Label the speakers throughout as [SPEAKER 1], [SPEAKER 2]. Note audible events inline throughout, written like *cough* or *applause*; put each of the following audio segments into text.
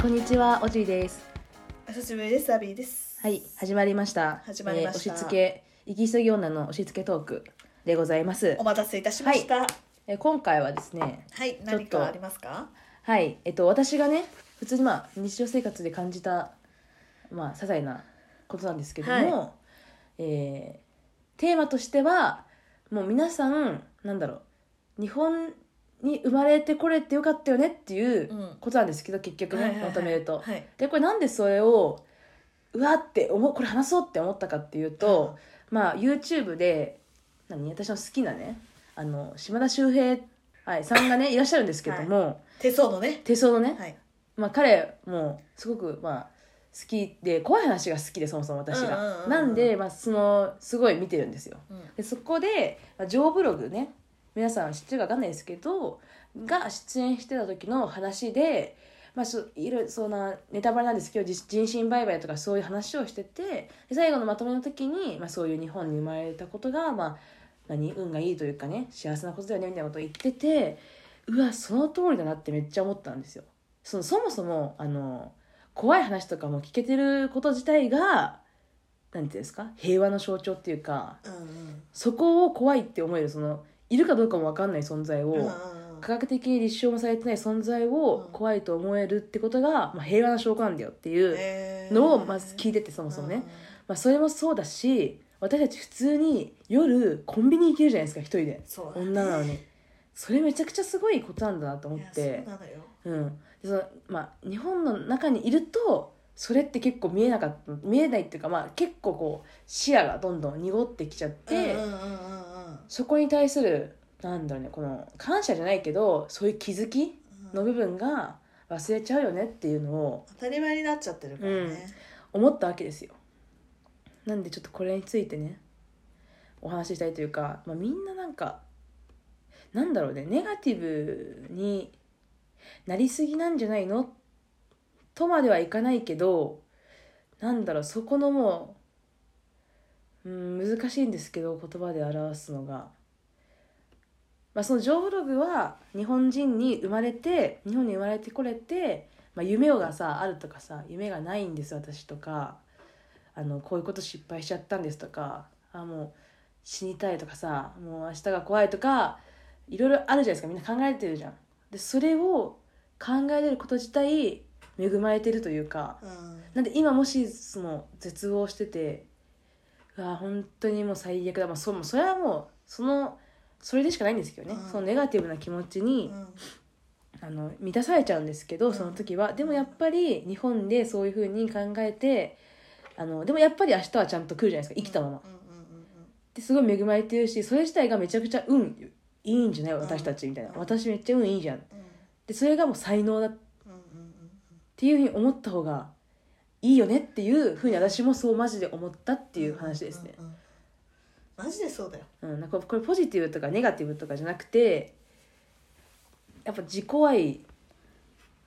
[SPEAKER 1] こんにちは、おじいです。
[SPEAKER 2] お久しぶりです、アビーです。
[SPEAKER 1] はい、始まりました。
[SPEAKER 2] 始まりまし
[SPEAKER 1] え
[SPEAKER 2] た
[SPEAKER 1] ー押し付け、行き急ぎ女の押し付けトークでございます
[SPEAKER 2] お。待たせいたしました。はい、
[SPEAKER 1] えー今回はですね、
[SPEAKER 2] 何かありますか。
[SPEAKER 1] はい、えっと、私がね、普通にまあ、日常生活で感じた。まあ、些細なことなんですけども。えーテーマとしては、もう皆さん、なんだろう。日本に生まれてこれってよかったよねっていう
[SPEAKER 2] うん
[SPEAKER 1] ことなんですけど、結局ね、まとめると。
[SPEAKER 2] はい。
[SPEAKER 1] でこれなんでそれをうわって思うこれ話そうって思ったかっていうと、まあ YouTube で何私の好きなねあの島田秀平はいさんがねいらっしゃるんですけども、
[SPEAKER 2] 手相のね。
[SPEAKER 1] 手相のね、
[SPEAKER 2] はい。
[SPEAKER 1] まあ、彼もすごくまあ好きで怖い話が好きでそもそも私が、
[SPEAKER 2] うんうんうんうん
[SPEAKER 1] なんで、まあ、そのすごい見てるんですよ
[SPEAKER 2] うん
[SPEAKER 1] でそこで「まあジョーブログね」皆さん知ってるか分かんないですけどが出演してた時の話で、まあ、そいろいろそんなネタバレなんですけどじ人身売買とかそういう話をしててで最後のまとめの時に、まあ、そういう日本に生まれたことが、まあ、何運がいいというかね幸せなことだよねみたいなことを言っててうわその通りだなってめっちゃ思ったんですよ。そのそもそもあの怖い話とかも聞けてること自体がなんていうんですか平和の象徴っていうか
[SPEAKER 2] うんうん。
[SPEAKER 1] そこを怖いって思えるそのいるかどうかも分かんない存在を、
[SPEAKER 2] うんうんうん
[SPEAKER 1] 科学的に立証もされてない存在を
[SPEAKER 2] うん
[SPEAKER 1] 怖いと思えるってことが、まあ、平和な証拠なんだよっていう
[SPEAKER 2] えー
[SPEAKER 1] のをまず聞いててそもそもね、。まあ、それもそうだし私たち普通に夜コンビニ行けるじゃないですか一人で
[SPEAKER 2] そうだね。
[SPEAKER 1] 女なのにそれめちゃくちゃすごいことなんだなと思
[SPEAKER 2] い
[SPEAKER 1] っ
[SPEAKER 2] や
[SPEAKER 1] て
[SPEAKER 2] そうなのよ。
[SPEAKER 1] うんでそのまあ、日本の中にいるとそれって結構見えなかった見えないっていうか、まあ、結構こう視野がどんどん濁ってきちゃって。
[SPEAKER 2] うんうんうんうんうん。
[SPEAKER 1] そこに対するなんだろうねこの感謝じゃないけどそういう気づきの部分が忘れちゃうよねっていうのを
[SPEAKER 2] 当たり前になっちゃってるからね。
[SPEAKER 1] 思ったわけですよなんでちょっとこれについてねお話ししたいというか、まあ、みんななんかなんだろうねネガティブになりすぎなんじゃないのとまではいかないけどなんだろうそこのもう、うん、難しいんですけど言葉で表すのが。まあ、そのジョーブログは日本人に生まれて日本に生まれてこれて、まあ、夢をがさあるとかさ夢がないんです私とかあのこういうこと失敗しちゃったんですとかあもう死にたいとかさもう明日が怖いとかいろいろあるじゃないですかみんな考えてるじゃん。でそれを考えれること自体恵まれてるというか
[SPEAKER 2] うん
[SPEAKER 1] なんで今もしその絶望しててうわ本当にもう最悪だ、まあ、そうもうそれはもうそのそれでしかないんですけどね、
[SPEAKER 2] うん
[SPEAKER 1] そのネガティブな気持ちに、
[SPEAKER 2] うん
[SPEAKER 1] あの満たされちゃうんですけど
[SPEAKER 2] うん
[SPEAKER 1] その時は、でもやっぱり日本でそういうふうに考えてあのでもやっぱり明日はちゃんと来るじゃないですか生きたまま。
[SPEAKER 2] うんうんうんうん
[SPEAKER 1] ですごい恵まれてるしそれ自体がめちゃくちゃ運いいんじゃない私たちみたいな、
[SPEAKER 2] うん
[SPEAKER 1] 私めっちゃ運いいじゃん
[SPEAKER 2] うん
[SPEAKER 1] でそれがもう才能だっ
[SPEAKER 2] うんうん
[SPEAKER 1] ていうふうに思った方がいいよねっていうふうに私もそうマジで思ったっていう話ですね。
[SPEAKER 2] うんうんうん。マジでそうだよ。
[SPEAKER 1] うん、なんかこれポジティブとかネガティブとかじゃなくてやっぱ自己愛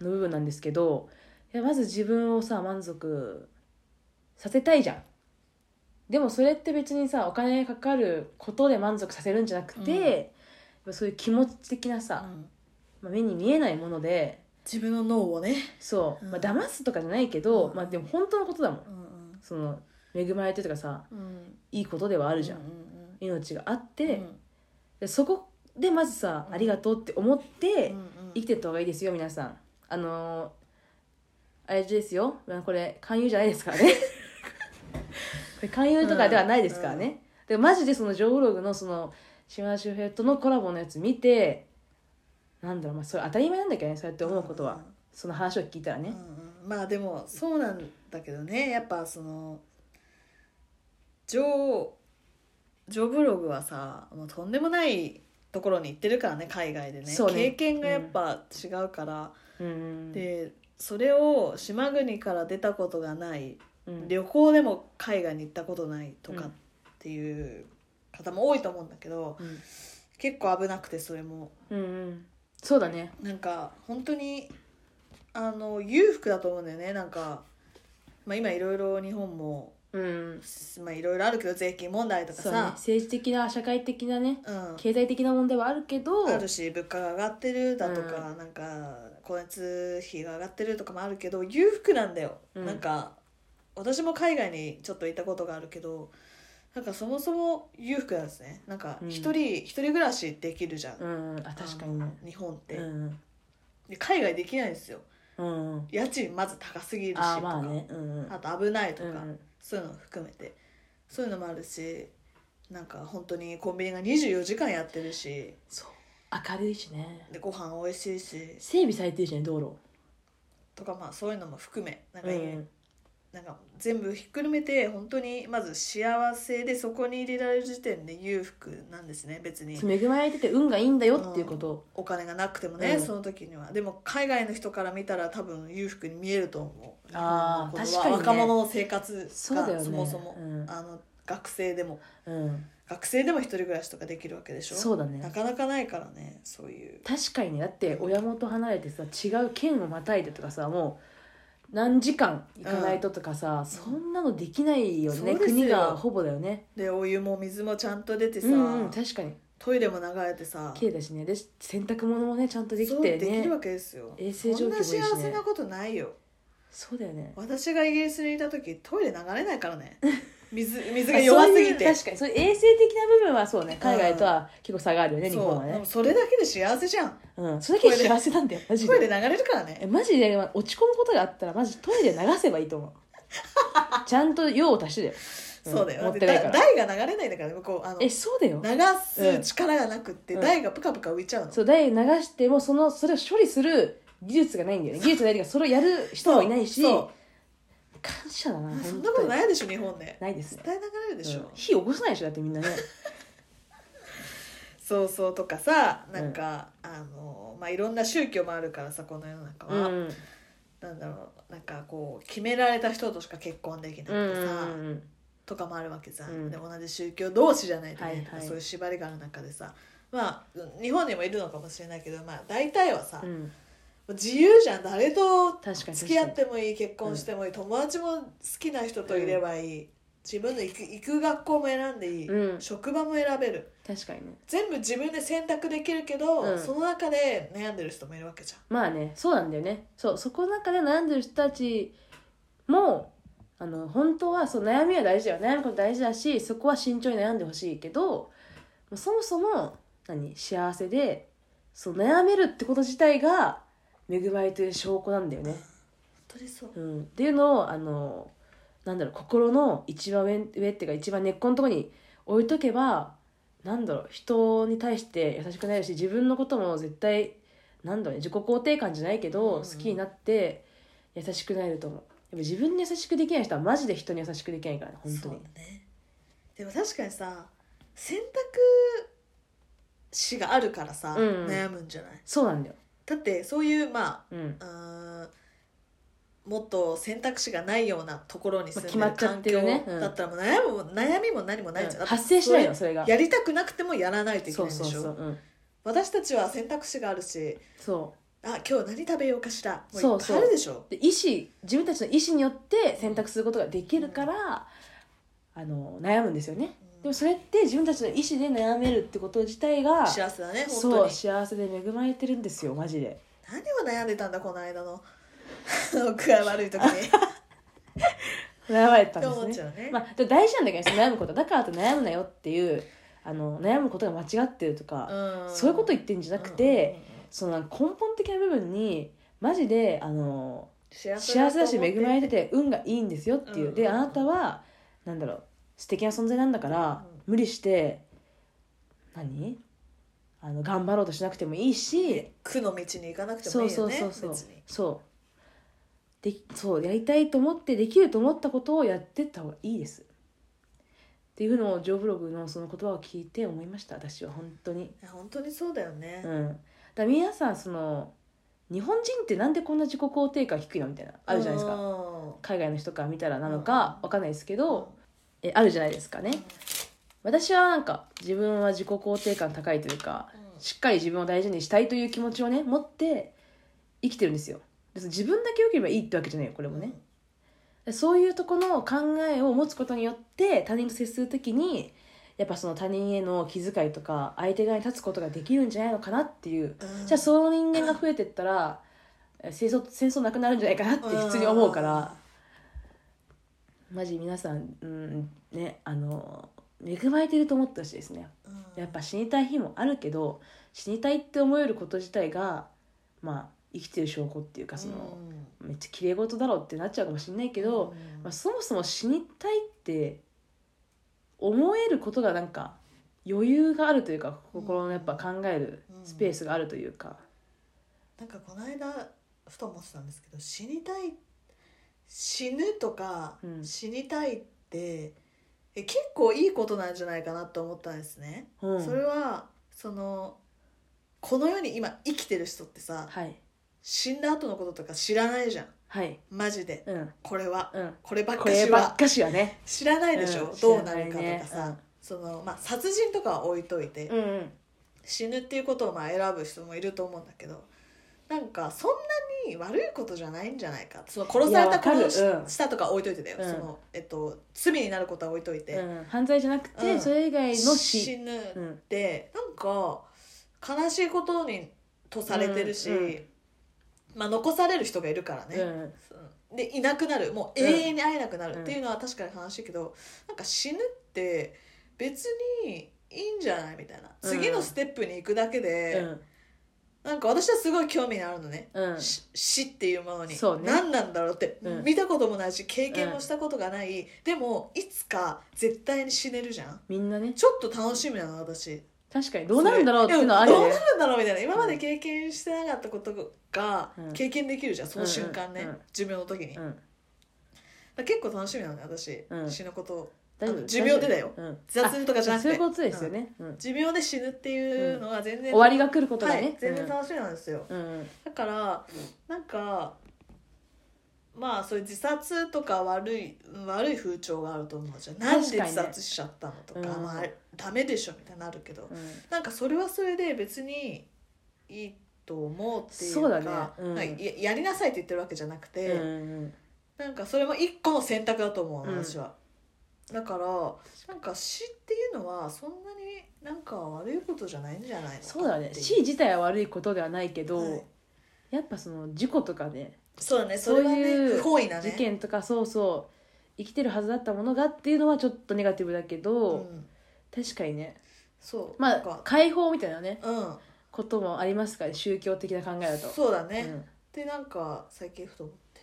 [SPEAKER 1] の部分なんですけどいやまず自分をさ満足させたいじゃん。でもそれって別にさお金かかることで満足させるんじゃなく
[SPEAKER 2] うん
[SPEAKER 1] て、そういう気持ち的な
[SPEAKER 2] う
[SPEAKER 1] さ、
[SPEAKER 2] ん
[SPEAKER 1] まあ目に見えないもので
[SPEAKER 2] 自分の脳をね。
[SPEAKER 1] そう、
[SPEAKER 2] うん
[SPEAKER 1] まあ騙すとかじゃないけど、
[SPEAKER 2] うん
[SPEAKER 1] まあ、でも本当のことだもん
[SPEAKER 2] うん
[SPEAKER 1] その恵まれてとかさ
[SPEAKER 2] うんうん。
[SPEAKER 1] いいことではあ
[SPEAKER 2] あ
[SPEAKER 1] るじゃん、
[SPEAKER 2] ん。
[SPEAKER 1] 命があっ
[SPEAKER 2] う
[SPEAKER 1] て、
[SPEAKER 2] ん
[SPEAKER 1] でそこでまずさ、
[SPEAKER 2] うん
[SPEAKER 1] ありがとうって思って
[SPEAKER 2] うんうん
[SPEAKER 1] 生きてった方がいいですよ皆さんあのーあれですよまあこれ勧誘じゃないですから
[SPEAKER 2] *laughs*
[SPEAKER 1] ねこれ勧誘とかではないですからね、
[SPEAKER 2] うん
[SPEAKER 1] でマジでそのジョーブログのその島田秀平とのコラボのやつ見てなんだろうまあそれ当たり前なんだけどねそうやって思うことは、その話を聞いたら
[SPEAKER 2] うん
[SPEAKER 1] ね
[SPEAKER 2] うん、うんまあでもそうなんだけどねやっぱそのジョージョーブログはさもうとんでもないところに行ってるからね海外でね
[SPEAKER 1] そうね
[SPEAKER 2] 経験がやっぱ違うから、
[SPEAKER 1] うんうん
[SPEAKER 2] でそれを島国から出たことがない、
[SPEAKER 1] うん
[SPEAKER 2] 旅行でも海外に行ったことないとかっていう方も多いと思うんだけど
[SPEAKER 1] うん
[SPEAKER 2] 結構危なくてそれも
[SPEAKER 1] うんうんそうだね
[SPEAKER 2] なんか本当にあの裕福だと思うんだよねなんか、まあ、今いろいろ日本も
[SPEAKER 1] うん
[SPEAKER 2] まあいろいろあるけど税金問題とか
[SPEAKER 1] そうね
[SPEAKER 2] さ
[SPEAKER 1] 政治的な社会的なね
[SPEAKER 2] うん
[SPEAKER 1] 経済的な問題はあるけど
[SPEAKER 2] あるし物価が上がってるだとか、なんか光熱費が上がってるとかもあるけど裕福なんだよ、
[SPEAKER 1] うん
[SPEAKER 2] なんか私も海外にちょっと行ったことがあるけどなんかそもそも裕福なんですねなんか
[SPEAKER 1] うん
[SPEAKER 2] 一人、一人暮らしできるじゃん、
[SPEAKER 1] うんあ確かにね
[SPEAKER 2] あの日本って、
[SPEAKER 1] うん
[SPEAKER 2] で海外できないんですよ
[SPEAKER 1] うんうん
[SPEAKER 2] 家賃まず高すぎるしと
[SPEAKER 1] あ
[SPEAKER 2] か
[SPEAKER 1] ーまあねうんうん
[SPEAKER 2] あと危ないとか、
[SPEAKER 1] うん
[SPEAKER 2] そういうのを含めてそういうのもあるしなんか本当にコンビニが24時間やってるし
[SPEAKER 1] そう明るいしね
[SPEAKER 2] でご飯美味しいし
[SPEAKER 1] 整備されてるしね道路
[SPEAKER 2] とかまあそういうのも含めなんか,、
[SPEAKER 1] うん
[SPEAKER 2] なんか全部ひっくるめて本当にまず幸せでそこに入れられる時点で裕福なんですね別に
[SPEAKER 1] 恵まれてて運がいいんだよっていうこと
[SPEAKER 2] お金がなくてもね、
[SPEAKER 1] うん
[SPEAKER 2] その時にはでも海外の人から見たら多分裕福に見えると思う
[SPEAKER 1] あー
[SPEAKER 2] 日本の
[SPEAKER 1] 確
[SPEAKER 2] この
[SPEAKER 1] かにね
[SPEAKER 2] 若者の生活
[SPEAKER 1] そうだよ
[SPEAKER 2] が
[SPEAKER 1] ね
[SPEAKER 2] そもそも、
[SPEAKER 1] うん
[SPEAKER 2] あの学生でも
[SPEAKER 1] うん
[SPEAKER 2] 学生でも一人暮らしとかできるわけでしょ
[SPEAKER 1] そうだ
[SPEAKER 2] な
[SPEAKER 1] ね
[SPEAKER 2] かなかないからねそういう
[SPEAKER 1] 確かにねだって親元離れてさ違う県をまたいでとかさもう何時間行かないととかさ、そんなのできないよね
[SPEAKER 2] そうですよ
[SPEAKER 1] 国がほぼだよね
[SPEAKER 2] でお湯も水もちゃんと出てさ、
[SPEAKER 1] うん、うん、確かに
[SPEAKER 2] トイレも流れてさ
[SPEAKER 1] 綺麗だしねで洗濯物もねちゃんとでき
[SPEAKER 2] そう
[SPEAKER 1] て
[SPEAKER 2] できる
[SPEAKER 1] ね
[SPEAKER 2] わけですよ
[SPEAKER 1] 衛生状況もいいしね
[SPEAKER 2] そんな幸せなことないよ
[SPEAKER 1] そうだよね
[SPEAKER 2] 私がイギリスにいた時トイレ流れないか
[SPEAKER 1] *laughs*
[SPEAKER 2] らね水水が弱すぎて
[SPEAKER 1] あそういう確かにそういう衛生的な部分はそうね海外とは結構差があるよね、日
[SPEAKER 2] そ
[SPEAKER 1] 本
[SPEAKER 2] う
[SPEAKER 1] は
[SPEAKER 2] で
[SPEAKER 1] ね
[SPEAKER 2] もそれだけで幸せじゃん
[SPEAKER 1] うんそれだけ幸せなんだよマジ
[SPEAKER 2] トイレ
[SPEAKER 1] で
[SPEAKER 2] 流れるからね
[SPEAKER 1] えマジで落ち込むことがあったらマジトイレ流せばいい
[SPEAKER 2] *laughs*
[SPEAKER 1] と思うちゃんと用を足してだよ、ん
[SPEAKER 2] そうだよ
[SPEAKER 1] も
[SPEAKER 2] だ
[SPEAKER 1] っ
[SPEAKER 2] って
[SPEAKER 1] たいないか
[SPEAKER 2] だ
[SPEAKER 1] ら
[SPEAKER 2] 台が流れないんだから向こうあの
[SPEAKER 1] えそうだよ
[SPEAKER 2] 流す力がなくって
[SPEAKER 1] うん
[SPEAKER 2] 台がプカプカ浮いちゃうの
[SPEAKER 1] そう台流してもそのそれを処理する技術がないんだよね技術がないっていうかそれをやる人もいないし
[SPEAKER 2] そ
[SPEAKER 1] 感謝だな
[SPEAKER 2] うそん
[SPEAKER 1] 本
[SPEAKER 2] なこ
[SPEAKER 1] 当
[SPEAKER 2] と
[SPEAKER 1] に
[SPEAKER 2] ないでしょ日本で
[SPEAKER 1] ないです
[SPEAKER 2] 絶
[SPEAKER 1] ね
[SPEAKER 2] 対流れるでしょ、
[SPEAKER 1] うん火起こさないでしょだってみんなね
[SPEAKER 2] そうそうとかさなんか、あのまあいろんな宗教も *laughs* あるからさこの世の中
[SPEAKER 1] うん
[SPEAKER 2] は、なんだろうなんかこう決められた人としか結婚できな
[SPEAKER 1] うんうん
[SPEAKER 2] くてさ、
[SPEAKER 1] うん
[SPEAKER 2] とかもあるわけじゃん、
[SPEAKER 1] うん
[SPEAKER 2] で同じ宗教同士じゃないとね、
[SPEAKER 1] はいはい
[SPEAKER 2] そういう縛りがある中でさまあ日本にもいるのかもしれないけど、まあ、大体はさ、
[SPEAKER 1] う
[SPEAKER 2] も
[SPEAKER 1] ん
[SPEAKER 2] う自由じゃん誰と
[SPEAKER 1] 確かに
[SPEAKER 2] 付き合っ
[SPEAKER 1] 確か
[SPEAKER 2] てもいい結婚してもいい、友達も好きな人といればいい、自分の行く行く学校も選んでいい、
[SPEAKER 1] にうん
[SPEAKER 2] 職場も選べる
[SPEAKER 1] 確かにね
[SPEAKER 2] 全部自分で選択できるけど、
[SPEAKER 1] うん
[SPEAKER 2] その中で悩んでる人もいるわけじゃん。
[SPEAKER 1] まあねそうなんだよねそうそこの中で悩んでる人たちもあの本当はそう悩みは大事だよ悩むこと大事だしそこは慎重に悩んでほしいけどもうそもそも何幸せでそう悩めるってこと自体が恵まれてる証拠なんだよね、
[SPEAKER 2] 本当にそう
[SPEAKER 1] うん、っていうのをあのなんだろう心の一番上上っていうか一番根っこのところに置いとけばなんだろう人に対して優しくなるし自分のことも絶対なんだろうね自己肯定感じゃないけ
[SPEAKER 2] うん
[SPEAKER 1] ど、
[SPEAKER 2] うん
[SPEAKER 1] 好きになって優しくなれると思うでも自分に優しくできない人はマジで人に優しくできないからね本当に
[SPEAKER 2] そうねでも確かにさ選択肢があるからさ、
[SPEAKER 1] うんうん
[SPEAKER 2] 悩むんじゃない
[SPEAKER 1] そうなんだよ、
[SPEAKER 2] だってそういうま
[SPEAKER 1] うん
[SPEAKER 2] あうーんもっと選択肢がないようなところに住んで
[SPEAKER 1] まあ
[SPEAKER 2] る
[SPEAKER 1] 決まっちゃっ
[SPEAKER 2] 環
[SPEAKER 1] て
[SPEAKER 2] 境
[SPEAKER 1] るねうん
[SPEAKER 2] だったらもう悩むも悩みも何もないじゃん、だって
[SPEAKER 1] 発生しないよそれが
[SPEAKER 2] やりたくなくてもやらないといけ
[SPEAKER 1] そ
[SPEAKER 2] な
[SPEAKER 1] う
[SPEAKER 2] いでし
[SPEAKER 1] そ
[SPEAKER 2] ょ
[SPEAKER 1] うそう、うん、
[SPEAKER 2] 私たちは選択肢があるし
[SPEAKER 1] そう
[SPEAKER 2] あ今日何食べようかしらもうい
[SPEAKER 1] そ
[SPEAKER 2] っ
[SPEAKER 1] う
[SPEAKER 2] ぱ
[SPEAKER 1] そ
[SPEAKER 2] いうあるでしょ
[SPEAKER 1] で意思自分たちの意思によって選択することができるから、あの悩むんですよね、
[SPEAKER 2] うん
[SPEAKER 1] でもそれって自分たちの意思で悩めるってこと自体が
[SPEAKER 2] 幸せだね本
[SPEAKER 1] そ
[SPEAKER 2] 当
[SPEAKER 1] う
[SPEAKER 2] に
[SPEAKER 1] 幸せで恵まれてるんですよマジで
[SPEAKER 2] 何を悩んでたんだこの間の *laughs* 具合悪い時に
[SPEAKER 1] 悩まれてた
[SPEAKER 2] って思
[SPEAKER 1] ん
[SPEAKER 2] っ
[SPEAKER 1] で
[SPEAKER 2] ち
[SPEAKER 1] す
[SPEAKER 2] ゃ
[SPEAKER 1] ね
[SPEAKER 2] うね、
[SPEAKER 1] まあ、でも大事なんだけどね悩むことだからと悩むなよっていうあの悩むことが間違ってるとか、
[SPEAKER 2] ん
[SPEAKER 1] そういうこと言ってんじゃなくて、
[SPEAKER 2] うんうんうんうん
[SPEAKER 1] そのなんか根本的な部分にマジであの
[SPEAKER 2] 幸
[SPEAKER 1] 幸せだし恵まれ
[SPEAKER 2] て
[SPEAKER 1] てて運がいいんですよっていう、
[SPEAKER 2] うん
[SPEAKER 1] であなたはなんだろう素敵な存在なんだから、
[SPEAKER 2] うん
[SPEAKER 1] 無理して何あの頑張ろうとしなくてもいいし
[SPEAKER 2] 苦の道に行かなくても
[SPEAKER 1] そ
[SPEAKER 2] いうい
[SPEAKER 1] そ
[SPEAKER 2] よ
[SPEAKER 1] う
[SPEAKER 2] ね
[SPEAKER 1] そうそう
[SPEAKER 2] 別に
[SPEAKER 1] そうでそうやりたいと思ってできると思ったことをやってった方がいいですっていうのをジョーブログのその言葉を聞いて思いました私は本当に
[SPEAKER 2] いや本当にそうだよね、
[SPEAKER 1] うんだから皆さんその日本人ってなんでこんな自己肯定感低いのみたいなあるじゃないですか
[SPEAKER 2] か
[SPEAKER 1] 海外の人から見たらなのか
[SPEAKER 2] うん
[SPEAKER 1] わかんないですけど、えあるじゃないですかね私はなんか自分は自己肯定感高いというかしっかり自分を大事にしたいという気持ちをね持って生きてるんですよ別に自分だけ良ければいいってわけじゃないよこれもね、そういうとこの考えを持つことによって他人と接するときにやっぱその他人への気遣いとか相手側に立つことができるんじゃないのかなっていう、じゃあその人間が増えてったらえ戦争戦争なくなるんじゃないかなって普通に思うから、マジ皆さん、うん、ねあの恵まれてると思ってほしいですね
[SPEAKER 2] うん、うん
[SPEAKER 1] やっぱ死にたい日もあるけど死にたいって思えること自体がまあ生きてる証拠っていうかその、
[SPEAKER 2] うん
[SPEAKER 1] めっちゃ綺麗事だろうってなっちゃうかもしれないけど、
[SPEAKER 2] うん
[SPEAKER 1] まあ、そもそも死にたいって思えることがなんか余裕があるというか心のやっぱ考えるスペースがあるというか、
[SPEAKER 2] なんかこの間ふと思ってたんですけど死にたい死ぬとか、
[SPEAKER 1] うん
[SPEAKER 2] 死にたいってえ結構いいことなんじゃないかなと思ったんですね。
[SPEAKER 1] うん
[SPEAKER 2] それはそのこの世に今生きてる人ってさ
[SPEAKER 1] はい
[SPEAKER 2] 死んだ後のこととか知らないじゃん
[SPEAKER 1] はい
[SPEAKER 2] マジで
[SPEAKER 1] うん
[SPEAKER 2] これは
[SPEAKER 1] うん
[SPEAKER 2] こればっ
[SPEAKER 1] こ
[SPEAKER 2] か
[SPEAKER 1] れ
[SPEAKER 2] し
[SPEAKER 1] ばっ
[SPEAKER 2] は
[SPEAKER 1] かしはね
[SPEAKER 2] 知らないでしょ、
[SPEAKER 1] うん
[SPEAKER 2] どうな
[SPEAKER 1] 知ら
[SPEAKER 2] るかと
[SPEAKER 1] ない
[SPEAKER 2] か
[SPEAKER 1] ね
[SPEAKER 2] さ、
[SPEAKER 1] うん
[SPEAKER 2] そのまあ、殺人とかは置いといて、
[SPEAKER 1] うんうん
[SPEAKER 2] 死ぬっていうことをまあ選ぶ人もいると思うんだけどなんかそんなに悪いことじゃないんじゃないかその殺さ
[SPEAKER 1] いや
[SPEAKER 2] れた
[SPEAKER 1] わかる
[SPEAKER 2] 殺し
[SPEAKER 1] うん
[SPEAKER 2] したとか置いといてだよ、
[SPEAKER 1] うん
[SPEAKER 2] そのえっと、罪になることは置いといて、
[SPEAKER 1] うん、犯罪じゃなくて、
[SPEAKER 2] うん
[SPEAKER 1] それ以外の死
[SPEAKER 2] 死ぬっ
[SPEAKER 1] うん
[SPEAKER 2] て、なんか悲しいことにとされてるし、
[SPEAKER 1] うんうん
[SPEAKER 2] まあ、残される人がいるからね、
[SPEAKER 1] うん
[SPEAKER 2] でいなくなるもう永遠に会えなくなるっていうのは確かに悲しいけど、なんか死ぬって別にいいんじゃないみたいな
[SPEAKER 1] うん
[SPEAKER 2] 次のステップに行くだけで、
[SPEAKER 1] うん
[SPEAKER 2] なんか私はすごい興味があるのね、
[SPEAKER 1] うん
[SPEAKER 2] し死っていうものに、
[SPEAKER 1] そうね
[SPEAKER 2] 何なんだろうって、
[SPEAKER 1] うん
[SPEAKER 2] 見たこともないし経験もしたことがない、でもいつか絶対に死ねるじゃん
[SPEAKER 1] みんなね
[SPEAKER 2] ちょっと楽しみなの私
[SPEAKER 1] 確かにどうなるんだろうっていうのはあ
[SPEAKER 2] そ
[SPEAKER 1] る
[SPEAKER 2] れ
[SPEAKER 1] よ
[SPEAKER 2] でも
[SPEAKER 1] ね
[SPEAKER 2] どうなるんだろうみたいな今まで経験してなかったことが
[SPEAKER 1] うん
[SPEAKER 2] 経験できるじゃんその瞬間ね、
[SPEAKER 1] うんうんうん
[SPEAKER 2] 寿命の時に、だから結構楽しみなのね私、
[SPEAKER 1] うん
[SPEAKER 2] 死ぬことを
[SPEAKER 1] うん、大丈
[SPEAKER 2] あの
[SPEAKER 1] 夫
[SPEAKER 2] 寿命でだよ、
[SPEAKER 1] 大丈夫うん、
[SPEAKER 2] 雑にとかじゃなくて
[SPEAKER 1] あそういうことですよね、うん
[SPEAKER 2] 寿命で死ぬっていうのは全然、
[SPEAKER 1] 終わりが来ることがね、
[SPEAKER 2] はい、全然楽しみなんですよ、
[SPEAKER 1] うんうん
[SPEAKER 2] だからなんかまあそういう自殺とか悪い悪い風潮があると思うじゃん、なんで自殺しちゃったのとか、
[SPEAKER 1] うん
[SPEAKER 2] まあ、ダメでしょみたいになるけど
[SPEAKER 1] うん
[SPEAKER 2] なんかそれはそれで別にいいと思うっていうか
[SPEAKER 1] そうだねうん
[SPEAKER 2] なんかややりなさいって言ってるわけじゃなくて、
[SPEAKER 1] うんうん
[SPEAKER 2] なんかそれも一個の選択だと思う
[SPEAKER 1] うん
[SPEAKER 2] 私は、だからなんか死っていうのはそんなになんか悪いことじゃないんじゃないのかってい
[SPEAKER 1] そうだね死自体は悪いことではないけど、
[SPEAKER 2] はい
[SPEAKER 1] やっぱその事故とかね
[SPEAKER 2] そうだねそ
[SPEAKER 1] そう
[SPEAKER 2] れはね
[SPEAKER 1] いう
[SPEAKER 2] 不本意なね
[SPEAKER 1] 事件とかそうそう生きてるはずだったものがっていうのはちょっとネガティブだけど、
[SPEAKER 2] うん
[SPEAKER 1] 確かにね
[SPEAKER 2] そう
[SPEAKER 1] ま
[SPEAKER 2] なん
[SPEAKER 1] あ
[SPEAKER 2] か
[SPEAKER 1] 解放みたいなね
[SPEAKER 2] うん
[SPEAKER 1] こともありますから、ね、宗教的な考えだと。
[SPEAKER 2] そうだね、
[SPEAKER 1] うん
[SPEAKER 2] でなんか最近ふと思って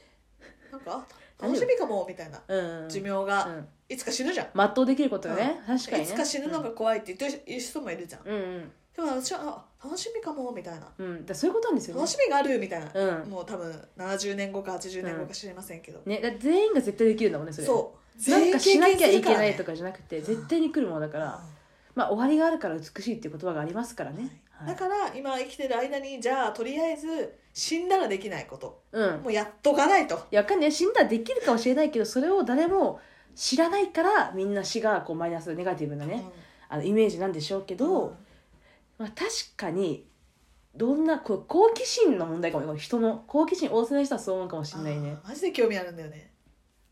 [SPEAKER 2] なんかあ
[SPEAKER 1] 大丈
[SPEAKER 2] 楽
[SPEAKER 1] 夫
[SPEAKER 2] しみかもみたいな
[SPEAKER 1] うんうん、
[SPEAKER 2] 寿命が、
[SPEAKER 1] うん
[SPEAKER 2] いつか死ぬじゃん、
[SPEAKER 1] 全うできることがね、確かにね
[SPEAKER 2] いつか死ぬのが怖いって言ってる人もいるじゃん、
[SPEAKER 1] うんうん
[SPEAKER 2] でも私はあ楽しみかもみたいな
[SPEAKER 1] うん、うん、だからそういうことなんですよね
[SPEAKER 2] 楽しみがあるみたいな、
[SPEAKER 1] うん
[SPEAKER 2] もう多分70年後か80年後か知りませんけど、
[SPEAKER 1] ねだって全員が絶対できるんだもんねそれ
[SPEAKER 2] そう
[SPEAKER 1] なんかしなきゃいけ
[SPEAKER 2] 全員経験するら
[SPEAKER 1] な
[SPEAKER 2] ね
[SPEAKER 1] いとかじゃなくて、絶対に来るものだから、まあ終わりがあるから美しいっていう言葉がありますから
[SPEAKER 2] うん
[SPEAKER 1] ね、はい
[SPEAKER 2] だから今生きてる間にじゃあとりあえず死んだらできないこと
[SPEAKER 1] うん
[SPEAKER 2] もうやっとかないと
[SPEAKER 1] いやわかんない死んだらできるかもしれないけどそれを誰も知らないからみんな死がこうマイナスネガティブなね、あのイメージなんでしょうけ
[SPEAKER 2] うん
[SPEAKER 1] ど、まあ、確かにどんなこう好奇心の問題かもこの人の好奇心旺盛な人はそう思うかもしれないね
[SPEAKER 2] あーマジで興味あるんだよね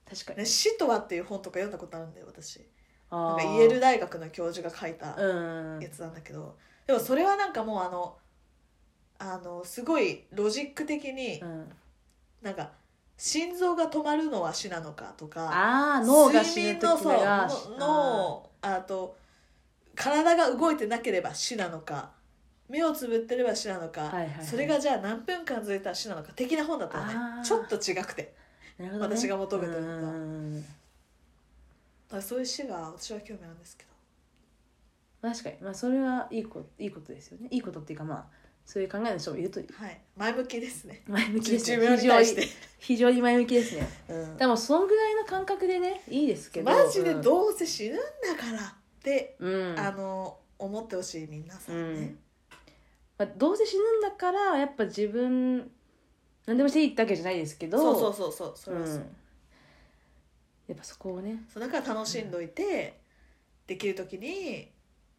[SPEAKER 1] 確か
[SPEAKER 2] ね「
[SPEAKER 1] に
[SPEAKER 2] 死とは」っていう本とか読んだことあるんだよ私な
[SPEAKER 1] あ
[SPEAKER 2] んか
[SPEAKER 1] ー
[SPEAKER 2] イェール大学の教授が書いた
[SPEAKER 1] うん
[SPEAKER 2] やつなんだけど、でもそれはなんかもうあのあのすごいロジック的に
[SPEAKER 1] うん、
[SPEAKER 2] なんか心臓が止まるのは死なのかとか
[SPEAKER 1] ああ脳が死
[SPEAKER 2] 睡
[SPEAKER 1] ぬ
[SPEAKER 2] 眠
[SPEAKER 1] 時
[SPEAKER 2] のそう
[SPEAKER 1] が
[SPEAKER 2] の脳あと体が動いてなければ死なのか目をつぶってれば死なのか、
[SPEAKER 1] はいはいはい
[SPEAKER 2] それがじゃあ何分間続いたら死なのか的な本だったの
[SPEAKER 1] あ
[SPEAKER 2] ね
[SPEAKER 1] ー
[SPEAKER 2] ちょっと違くて
[SPEAKER 1] なるほどね
[SPEAKER 2] 私が求めてるのが
[SPEAKER 1] うん
[SPEAKER 2] だからそういう死が私は興味あるんですけど。
[SPEAKER 1] 確かにまあそれはいいこいいことですよねいいことっていうかまあそういう考えの人もいると
[SPEAKER 2] はい、前向きですね。
[SPEAKER 1] 前向きです
[SPEAKER 2] 寿
[SPEAKER 1] ね
[SPEAKER 2] 命に
[SPEAKER 1] 非常
[SPEAKER 2] 対
[SPEAKER 1] に
[SPEAKER 2] して。
[SPEAKER 1] 非常に前向きですね
[SPEAKER 2] うん
[SPEAKER 1] でもそのぐらいの感覚でねいいですけど
[SPEAKER 2] マジでどうせ死ぬんだからって、
[SPEAKER 1] うん、うん
[SPEAKER 2] あの思ってほしい皆さんね。
[SPEAKER 1] まあ、どうせ死ぬんだからやっぱ自分何でもしていいってわけじゃないですけど
[SPEAKER 2] そうそうそうそう、それは
[SPEAKER 1] う
[SPEAKER 2] そ
[SPEAKER 1] ん
[SPEAKER 2] う。
[SPEAKER 1] やっぱそこをね
[SPEAKER 2] そうだから楽しんどいて、できる時に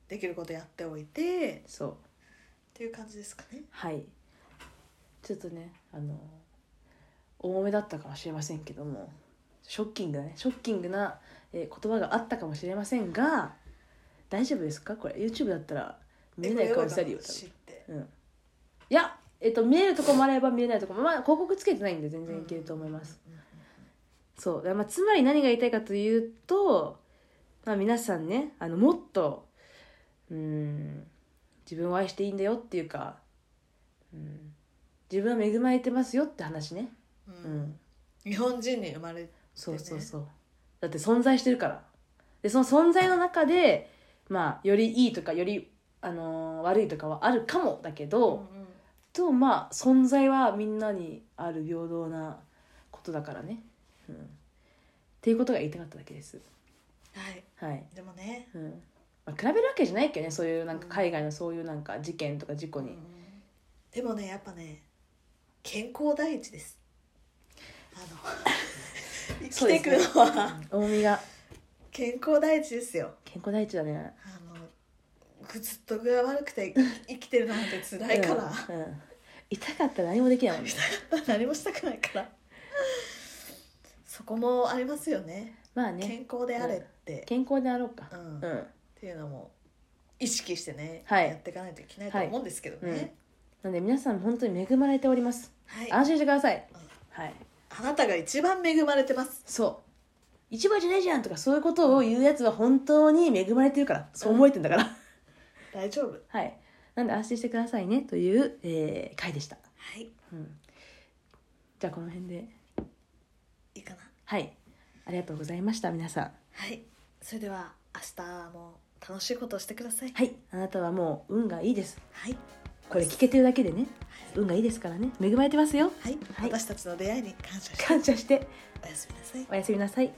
[SPEAKER 2] できることやっておいて
[SPEAKER 1] そう
[SPEAKER 2] っていう感じですかね。
[SPEAKER 1] はいちょっとねあの重めだったかもしれませんけどもショッキングだねショッキングな、えー言葉があったかもしれませんが大丈夫ですかこれ YouTube だったら見えない顔したりよ多
[SPEAKER 2] 知って
[SPEAKER 1] 分、うん、いやえっと見えるとこもあれば見えないとこもまあ広告つけてないんで全然いけると思います、
[SPEAKER 2] うんうんうん
[SPEAKER 1] そうだからまあ、つまり何が言いたいかというと、まあ、皆さんねあのもっとうん自分を愛していいんだよっていうか、うん、自分は恵まれてますよって話ね、
[SPEAKER 2] うん
[SPEAKER 1] うん、
[SPEAKER 2] 日本人に生まれ
[SPEAKER 1] そう
[SPEAKER 2] でね
[SPEAKER 1] そうそう、だって存在してるからでその存在の中でまあよりいいとかより、あのー悪いとかはあるかもだけど、とまあ存在はみんなにある平等なことだからね、うん、っていうことが言いたかっただけです
[SPEAKER 2] はい
[SPEAKER 1] はい、
[SPEAKER 2] でもね
[SPEAKER 1] うんまあ、比べるわけじゃないけどねそういうなんか海外のそういうなんか事件とか事故に、
[SPEAKER 2] でもねやっぱね健康第一です
[SPEAKER 1] *laughs*
[SPEAKER 2] あの生きていくのは
[SPEAKER 1] 重みが
[SPEAKER 2] 健康第一ですよ
[SPEAKER 1] 健康第一だね
[SPEAKER 2] あのずっと具合悪くて生きてるなんて辛いから、
[SPEAKER 1] うんうん痛かったら何もできないもんね
[SPEAKER 2] *laughs* 何もしたくないからそこもありますよね
[SPEAKER 1] まあね
[SPEAKER 2] 健康であれって、
[SPEAKER 1] 健康であろうか
[SPEAKER 2] うん
[SPEAKER 1] う
[SPEAKER 2] っ
[SPEAKER 1] ん
[SPEAKER 2] ていうのも意識してね、
[SPEAKER 1] はい
[SPEAKER 2] やっていかないといけないと思うんですけどね、
[SPEAKER 1] なんで皆さん本当に恵まれております
[SPEAKER 2] はい
[SPEAKER 1] 安心してください
[SPEAKER 2] うん
[SPEAKER 1] はい
[SPEAKER 2] あなたが一番恵まれてます
[SPEAKER 1] そう一番じゃないじゃんとかそういうことを言うやつは本当に恵まれてるからそう思えてんだから、
[SPEAKER 2] 大丈夫
[SPEAKER 1] はいなんで安心してくださいねという、えー回でした、
[SPEAKER 2] はい
[SPEAKER 1] うん、じゃあこの辺で
[SPEAKER 2] いいかな
[SPEAKER 1] はいありがとうございました皆さん
[SPEAKER 2] はいそれでは明日も楽しいことをしてください
[SPEAKER 1] はいあなたはもう運がいいです
[SPEAKER 2] はい
[SPEAKER 1] これ聞けてるだけでね運がいいですからね恵まれてますよ
[SPEAKER 2] はい、
[SPEAKER 1] はい
[SPEAKER 2] 私たちの出会いに感謝して
[SPEAKER 1] 感謝して
[SPEAKER 2] おやすみなさい
[SPEAKER 1] おやすみなさい